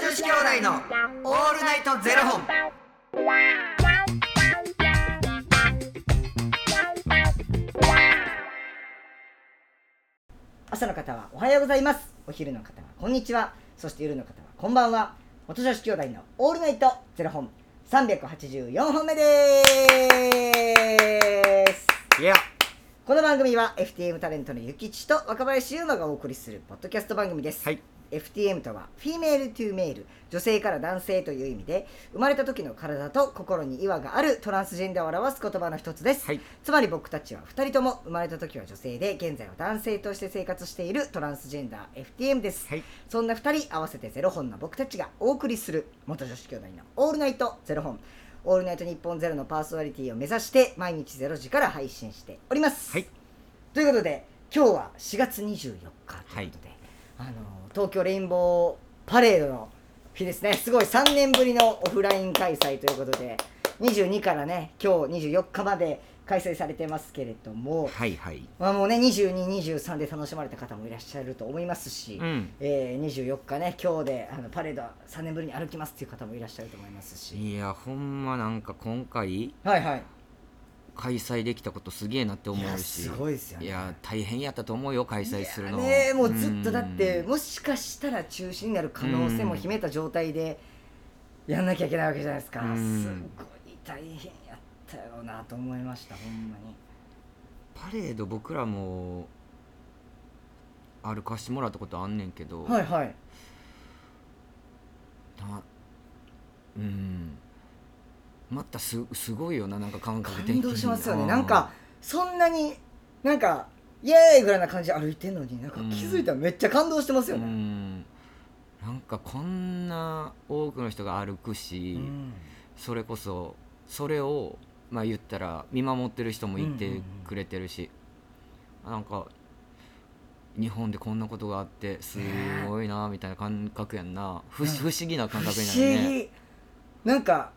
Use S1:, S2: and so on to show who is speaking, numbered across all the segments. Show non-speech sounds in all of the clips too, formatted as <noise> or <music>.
S1: 子兄弟のオールナイトゼロ本。
S2: 朝の方はおはようございますお昼の方はこんにちはそして夜の方はこんばんは元女子兄弟のオールナイトゼロ本384本目です
S1: いや、
S2: この番組は FTM タレントのゆきちと若林優馬がお送りするポッドキャスト番組です、
S1: はい、
S2: FTM とはフィメールトゥーメール女性から男性という意味で生まれた時の体と心に違和があるトランスジェンダーを表す言葉の一つです、
S1: はい
S2: つまり僕たちは2人とも生まれた時は女性で現在は男性として生活しているトランスジェンダー FTM です、
S1: はい
S2: そんな2人合わせてゼロ本の僕たちがお送りする元女子兄弟の「オールナイトゼロ本」「オールナイト日本ゼロのパーソナリティを目指して毎日ゼロ時から配信しております、
S1: はい
S2: ということで今日は4月24日ということで、あの東京レインボーパレードの日ですねすごい3年ぶりのオフライン開催ということで22からね今日24日まで開催されてますけれども、
S1: はいはい。
S2: まあ、もうね2223で楽しまれた方もいらっしゃると思いますし、
S1: うん
S2: えー24日ね今日であのパレード3年ぶりに歩きますっていう方もいらっしゃると思いますし、
S1: いや、ほんまなんか今回
S2: はいはい
S1: 開催できたことすげえなって思
S2: いや
S1: うし。
S2: すごいですよね
S1: いや、大変やったと思うよ、開催するの。
S2: いやねもうずっと
S1: ん
S2: だってもしかしたら中止になる可能性も秘めた状態でやんなきゃいけないわけじゃないですか、
S1: うん
S2: すごい大変やったよなと思いましたほんまに
S1: パレード僕らも歩かしてもらったことあんねんけど、
S2: はいはい
S1: なうんまたすすごいよななんか感覚的
S2: 感
S1: に
S2: 動しますよ
S1: う
S2: ねなんかそんなになんかイエーイぐらいな感じで歩いてんのになんか気づいたらめっちゃ感動してます
S1: う
S2: よね、
S1: んなんかこんな多くの人が歩くし、
S2: うん
S1: それこそそれをまあ言ったら見守ってる人もい
S2: うんうんう
S1: て
S2: ん
S1: くれてるし、なんか日本でこんなことがあってすごいなみたいな感覚やんな不不思議な感覚になる
S2: 不思
S1: ね
S2: 議なんか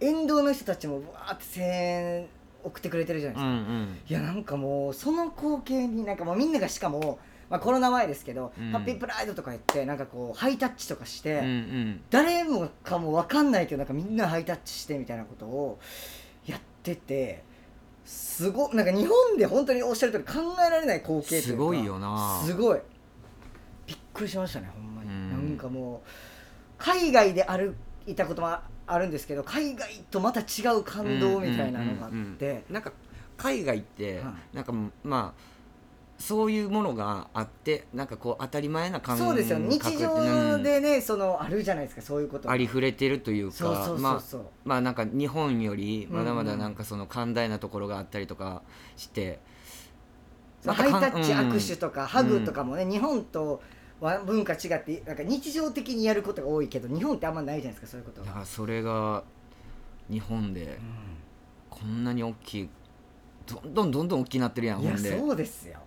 S2: 沿道の人たちもわーって声援送ってくれてるじゃないです
S1: う
S2: か、
S1: んうん
S2: いやなんかもうその光景になんかもうみんながしかも、まあ、コロナ前ですけど、
S1: うん
S2: ハッピープライドとか言ってなんかこうハイタッチとかして、
S1: うんうん
S2: 誰もかも分かんないけどなんかみんなハイタッチしてみたいなことをやっててすごなんか日本で本当におっしゃる通り考えられない光景というか
S1: すごいよな
S2: すごいびっくりしましたねほんまに、
S1: うん
S2: なんかもう海外で歩いたこともあるんですけど海外とまた違う感動みたいなのがあって、
S1: うんうんうんうんなんか海外って、
S2: は
S1: なんかまあそういうものがあってなんかこう当たり前な感
S2: そう
S1: 覚
S2: ですよね
S1: って
S2: 日常
S1: うん
S2: でねそのあるじゃないですかそういうこと
S1: ありふれてるというか
S2: そうそうそう
S1: まあ
S2: そう、
S1: まあなんか日本よりまだま
S2: う
S1: だ
S2: んうん
S1: なんかその寛大なところがあったりとかして、
S2: その
S1: ま
S2: ハ
S1: た
S2: イタ
S1: かん
S2: ッチ、
S1: うん
S2: 握手とかハグとかもね、日本とは文化違ってなんか日常的にやることが多いけど日本ってあんまないじゃないですかそういうこと
S1: だ
S2: は、
S1: からそれが日本で
S2: う
S1: こんなに大きいどんどんどんどん大きくなってるやん
S2: ん、い
S1: ほ
S2: や
S1: んで
S2: そうですよ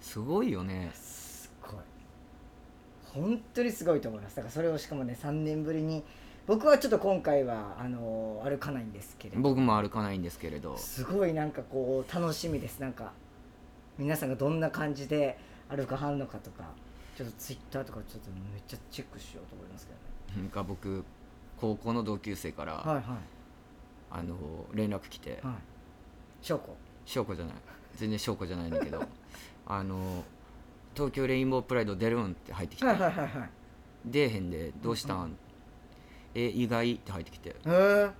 S1: すごいよね
S2: すごい本当にすごいと思いますだからそれをしかもね3年ぶりに僕はちょっと今回はあの歩かないんですけれど
S1: 僕も歩かないんですけれど
S2: すごいなんかこう楽しみですなんか皆さんがどんな感じで歩かはんのかとかちょっとツイッターとかちょっとめっちゃチェックしようと思いますけどね
S1: なんか僕高校の同級生から、
S2: はいはい
S1: あの連絡来て
S2: はい証拠
S1: 翔子じゃない全然翔子じゃないんだけど <laughs> あの東京レインボープライド出るんって入ってきて
S2: はいはいはいはい
S1: 出えへんでどうしたん、え意外って入ってきて
S2: へえ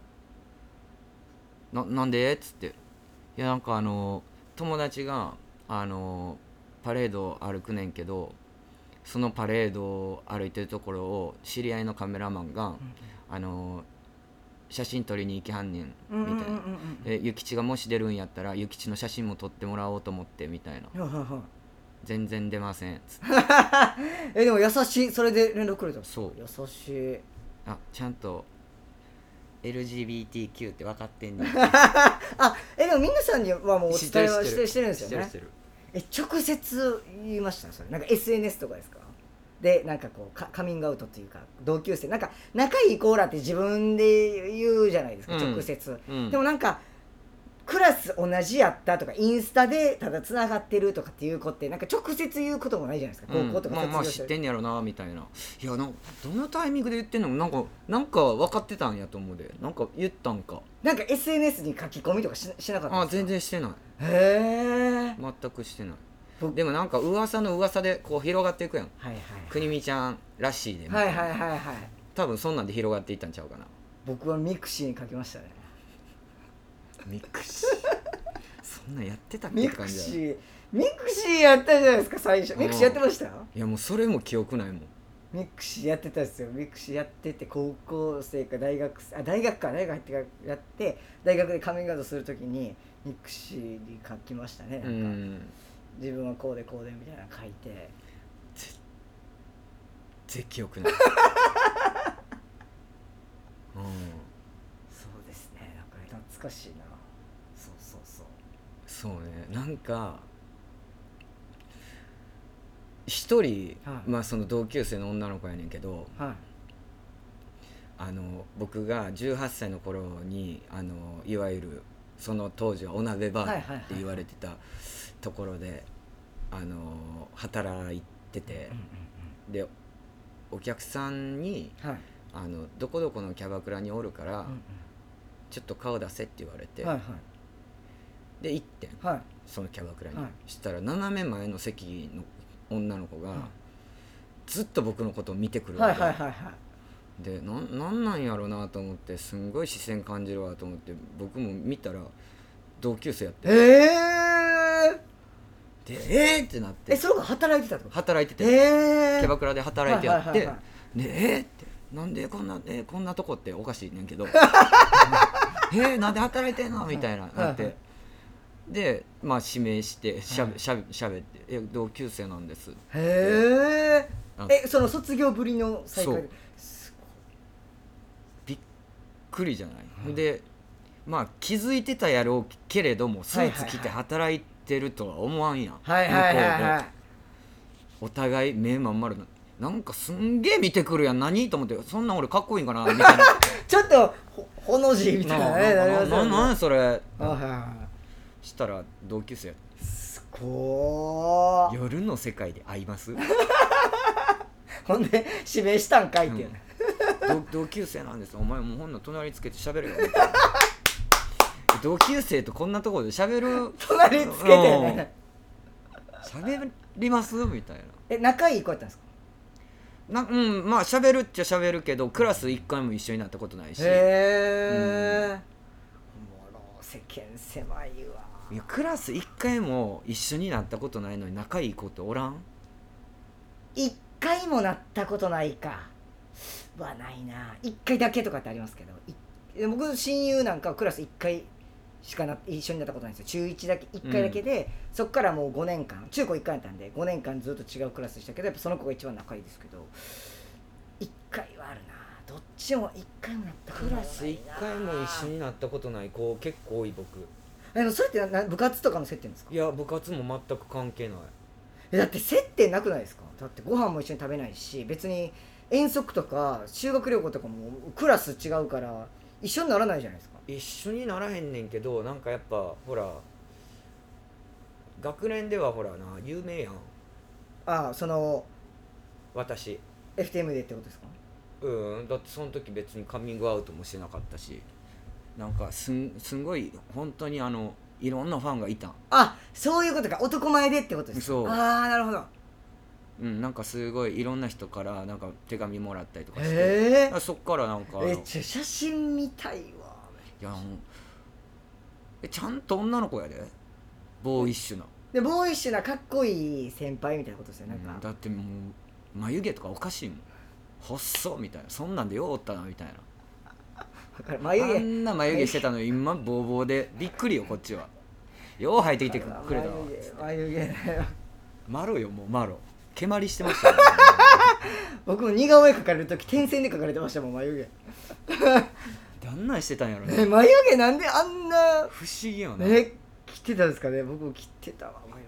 S1: ななんでっつっていやなんかあの友達があのパレード歩くねんけどそのパレードを歩いてるところを知り合いのカメラマンが、あの写真撮りに行きはんねん
S2: うん
S1: み
S2: うんうん
S1: たいな「え諭吉がもし出るんやったら諭吉の写真も撮ってもらおうと思って」みたいな
S2: うんはいはいは
S1: 「全然出ません」つって
S2: いえでも優しいそれで連絡くれたの
S1: そう
S2: 優しい
S1: 「あちゃんと LGBTQ って分かって
S2: <laughs>
S1: んねん」
S2: あえでも皆さんにはもうお
S1: 知って
S2: 伝え
S1: る
S2: は
S1: 知
S2: し
S1: っててる
S2: してるんです
S1: 知
S2: よ
S1: ってる
S2: ね
S1: 知ってる
S2: え直接言いましたそれなんか SNS とかですかでなんかこうかカミングアウトっていうか同級生なんか仲いいコーラって自分で言うじゃないですか、
S1: うん
S2: 直接、
S1: うん
S2: でもなんかクラス同じやったとかインスタでただつながってるとかっていう子ってなんか直接言うこともないじゃないですか、
S1: うん
S2: 高校とか
S1: まあまあ
S2: 卒
S1: 知
S2: 業
S1: っ
S2: して
S1: てんやろなみたいないやなんかどのタイミングで言ってんのなんかなんか分かってたんやと思うでなんか言ったんか
S2: なんか SNS に書き込みとかししなかった
S1: あ
S2: んです
S1: 全
S2: か
S1: 然してない
S2: あ全へえ
S1: 全くしてない
S2: 僕
S1: でもなんか噂の噂でこう広がっていくやん
S2: はい
S1: 国見ちゃんらしいでみ
S2: は
S1: た
S2: い
S1: い
S2: はい
S1: な
S2: はいはいはい
S1: 多分そんなんで広がっていったんちゃうかな
S2: 僕はミクシーに書きましたね
S1: ミクシーそんなんやってたっけ
S2: ミク
S1: 感
S2: シ
S1: じや
S2: ーミクシーやったじゃないですか最初
S1: うん
S2: ミクシーやってました
S1: いやもうそれも記憶ないもん
S2: ミクシーやってたんですよミクシーやってて高校生か大学生あ大学か大学入ってからやって大学でカミングアウトするときにミクシーに書きましたねなんか
S1: うん
S2: 自分はこうでこうでみたいなの書いて
S1: 全然記憶
S2: <laughs>
S1: ないうん
S2: そうですねなんか懐かしいなそうそうそう
S1: そうねなんか一人、
S2: はい
S1: まあその同級生の女の子やねんけど
S2: はい
S1: あの僕が18歳の頃にあのいわゆるその当時はお鍋バーって言われてたところであの働いててでお客さんに
S2: はい
S1: あの「どこどこのキャバクラにおるからちょっと顔出せ」って言われて
S2: はい
S1: で行ってん
S2: はいはい
S1: そのキャバクラに
S2: はい
S1: したら斜め前の席の女の子
S2: は
S1: がずっと僕のことを見てくる
S2: はい
S1: わ
S2: はい
S1: け
S2: はいはい
S1: でなんなんなんやろうなと思ってすんごい視線感じるわと思って僕も見たら同級生やって
S2: ええ
S1: でえー、ってなって
S2: えその子働いてたってこと
S1: 働いてて、
S2: ええ
S1: キャバクラで働いてやって、
S2: はいはいはい
S1: でえー、ってなんでこんな、えーこんなとこっておかしいねん
S2: <laughs>
S1: けどえー、なんで働いてんのみたいななっ
S2: はい
S1: て
S2: は
S1: でまあ指名してしゃべ
S2: はい
S1: しゃべしゃべってえ「同級生なんです
S2: へえ
S1: あ
S2: えその卒業ぶりの再
S1: そ
S2: 会
S1: う
S2: す」
S1: くりじゃない、
S2: はい
S1: でまあ気づいてたやろうけれどもスー
S2: は
S1: ツ着
S2: いはいは
S1: て
S2: い
S1: 働いてるとは思わんやん、
S2: ごいはいはいはい
S1: 向こう
S2: は
S1: も
S2: い
S1: お互い目まん丸ななんかすんげえ見てくるやん何と思ってそんなん俺かっこいいんかなみ
S2: <laughs>
S1: たいな
S2: ちょっとほほの字みたいなね
S1: な
S2: なり
S1: な
S2: ます
S1: な
S2: よね
S1: なんやそれ
S2: あはいは
S1: したら同級生や
S2: いすごー
S1: 夜の世界で会
S2: <laughs>
S1: います
S2: ほんで指名したんかいっていうね
S1: 同同級生なんですお前もうほんの隣つけて喋るよ <laughs> みたいな同級生とこんなところで喋る
S2: 隣つけてね
S1: 喋りますみたいな
S2: え仲いい子やったんですか
S1: なうんまあ喋るっちゃ喋るけどクラス一回も一緒になったことないし
S2: へえおもろ世間狭いわ
S1: いやクラス一回も一緒になったことないのに仲いい子っておらん
S2: 一回もなったことないかはないな一回だけとかってありますけどい僕の親友なんかはクラス一回しかな一緒になったことないんですよ中1だけ一回だけで、そっからもう5年間中高一回やったんで5年間ずっと違うクラスでしたけどやっぱその子が一番仲いいですけど一回はあるなどっちも一回もなったこと
S1: ク
S2: ないな
S1: ラス一回も一緒になったことない子結構多い僕
S2: えでもそれってなな部活とかの接点ですか
S1: いや部活も全く関係ない
S2: えだって接点なくないですかだってご飯も一緒に食べないし別に遠足とか修学旅行とかもクラス違うから一緒にならないじゃないですか
S1: 一緒にならへんねんけどなんかやっぱほら学年ではほらな有名やん
S2: ああその
S1: 私
S2: FTM でってことですか
S1: うんだってその時別にカミングアウトもしてなかったしなんかすんすんごい本当にあのいろんなファンがいたん
S2: あそういうことか男前でってことですか
S1: そう
S2: ああなるほど
S1: うんなんかすごいいろんな人からなんか手紙もらったりとかして、
S2: へえ
S1: あそっからなんかあの
S2: めっちゃ写真みたいわ
S1: いやもうえちゃんと女の子やでボーイッシュな、
S2: でボーイッシュなかっこいい先輩みたいなことですよねな
S1: うんん
S2: か、
S1: だってもう眉毛とかおかしいもん細っみたいなそんなんでようおったなみたいな
S2: だから眉毛
S1: あんな眉毛してたのに今ボーボーでびっくりよこっちはよう生えてきてくれたわ
S2: 眉毛眉毛ね
S1: マロよもうマロ蹴鞠してましたよ、 <laughs>
S2: 僕も似顔絵描かれる時点線で描かれてましたもん眉毛
S1: どんなんしてたんやろ
S2: え
S1: ね
S2: 眉毛なんであんな
S1: 不思議よね
S2: え切ってたんですかね僕も切ってたわ眉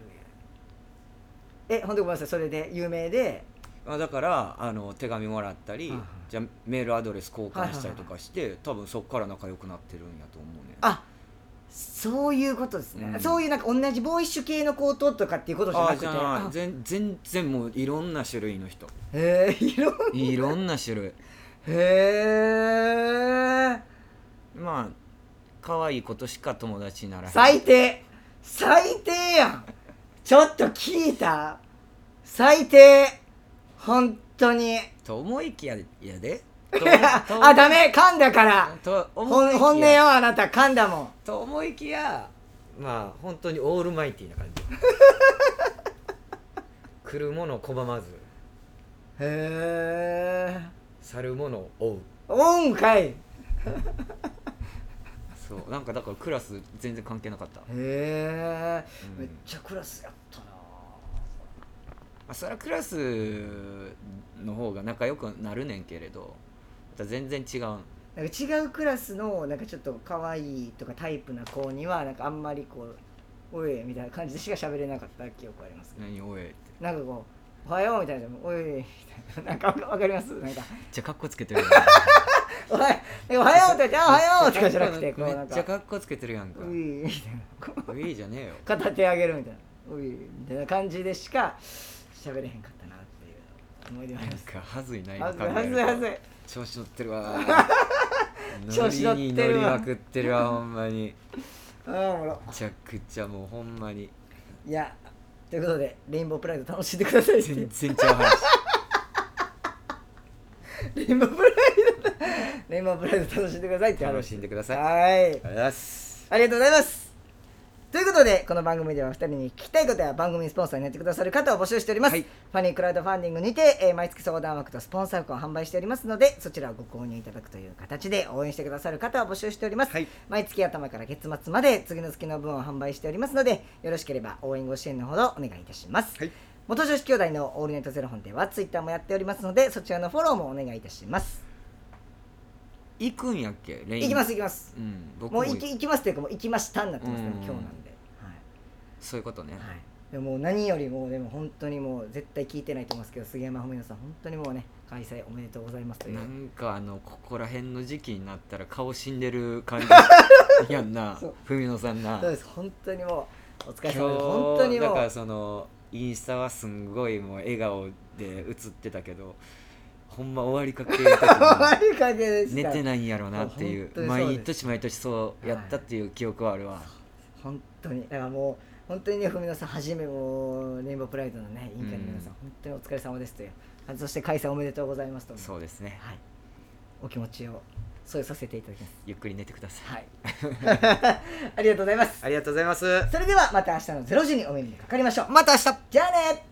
S2: 毛え本当ごめんなさいそれで有名で
S1: あだからあの手紙もらったり、
S2: はいはい
S1: じゃあメールアドレス交換したりとかして、多分そっから仲良くなってるんやと思うね
S2: あそういうことですね、
S1: うん
S2: そういうなんか同じボーイッシュ系のコートとかっていうことじゃな
S1: あ
S2: くて
S1: じゃあ
S2: あ
S1: 全全然もういろんな種類の
S2: <laughs>
S1: 人
S2: へえ色
S1: いろんな種類
S2: へえ
S1: まあ可愛いことしか友達にならへん
S2: 最低最低やんちょっと聞いた最低本当に
S1: と思いきやや
S2: <laughs>
S1: でと
S2: あダメ噛んだから
S1: と思い
S2: 本
S1: きや
S2: 本音よあなた噛んだもん
S1: と思いきやまあ本当にオールマイティーな感
S2: <laughs>
S1: じ来るもの拒まず
S2: へえ
S1: 去るものを追う
S2: おんかいへ
S1: そうなんかだからクラス全然関係なかった、ま
S2: え、
S1: うん
S2: めっちゃクラスやったな
S1: あ、そりゃクラスの方が仲良くなるねんけれどまた全然違う
S2: なんか違うクラスのなんかちょっと可愛いとかタイプな子にはなんかあんまりこう「おい」みたいな感じでしか喋れなかった記憶あります
S1: 何おいって
S2: なんかこう「おはよう」みたいな「おい」みたいななんかわかわかりますなんか
S1: めっちゃかっこつけてる
S2: <laughs>
S1: やん
S2: 「おはよう」おはようとか「おはよう」とかじゃなくてこう
S1: め
S2: なん
S1: っち
S2: か
S1: ゃかっこつけてるや
S2: 「
S1: んか
S2: うい」みたいなこう
S1: ウィーじゃねえよ
S2: 片手上げるみたいな「おい」みたいな感じでしか喋れへんかったなっていう思い出があ
S1: な
S2: り
S1: ん
S2: ます
S1: かはずいな
S2: は
S1: 今
S2: ず
S1: 考
S2: いは
S1: え
S2: ず
S1: る
S2: いはず
S1: と
S2: い
S1: 調子乗って
S2: <laughs>
S1: るわ
S2: 調子
S1: 乗り
S2: 乗っ
S1: に
S2: て
S1: 乗
S2: る
S1: り
S2: わ
S1: まくってるわほんまに
S2: ああおもろ
S1: めちゃくちゃもうほん
S2: <laughs>
S1: まに
S2: いやということでレインボープライド楽しんでください <laughs>
S1: 全然ちゃう話
S2: レインボープライド <laughs> レインボープライド楽しんでくださいって話
S1: 楽しんでくださいありが
S2: はい。
S1: とうございます
S2: ありがとうございます。ということで、この番組では2人に聞きたいことや番組スポンサーになってくださる方を募集しております。
S1: はい
S2: ファニークラウドファンディングにて、えー毎月相談枠とスポンサー枠を販売しておりますので、そちらをご購入いただくという形で応援してくださる方を募集しております。
S1: はい
S2: 毎月頭から月末まで次の月の分を販売しておりますので、よろしければ応援ご支援のほどお願いいたします。
S1: はい
S2: 元女子兄弟のオールナイトゼロ本ではツイッターもやっておりますので、そちらのフォローもお願いいたします。
S1: 行くんやっけレイン
S2: いきます、いきます。
S1: うん僕
S2: も
S1: も
S2: う行き行きますというかもう行きましたになってますね
S1: うん
S2: 今日なんで、はい
S1: そういうことね、
S2: はい、でももう何よりもでも本当にもう絶対聞いてないと思いますけど杉山文乃さん本当にもうね開催おめでとうございますという
S1: なんかあのここら辺の時期になったら顔死んでる感
S2: <laughs>
S1: じやんな
S2: そう
S1: 文野さんな
S2: そうです本当にもうお疲れ様で
S1: 今日
S2: す本当にも <laughs>
S1: だから
S2: う
S1: そのインスタはすんごいもう笑顔で映ってたけどほんま終わりか
S2: <laughs>
S1: けの時に
S2: 悪い感じでした
S1: 寝てないんやろうなってい
S2: 本当に
S1: う
S2: そうです
S1: 毎年毎年そうやったっていう記憶はあるわ、
S2: 本当にだからもう本当にね文乃さんはじめもうレインボープライドのね委員会の皆さん、
S1: うん
S2: 本当にお疲れ様ですというあそして開催おめでとうございますという
S1: そうですね
S2: はいお気持ちを添えさせていただきます
S1: ゆっくり寝てください
S2: はい <laughs> ありがとうございます
S1: ありがとうございます
S2: それではまた明日の0時にお目にかかりましょう。
S1: また明日
S2: じゃあね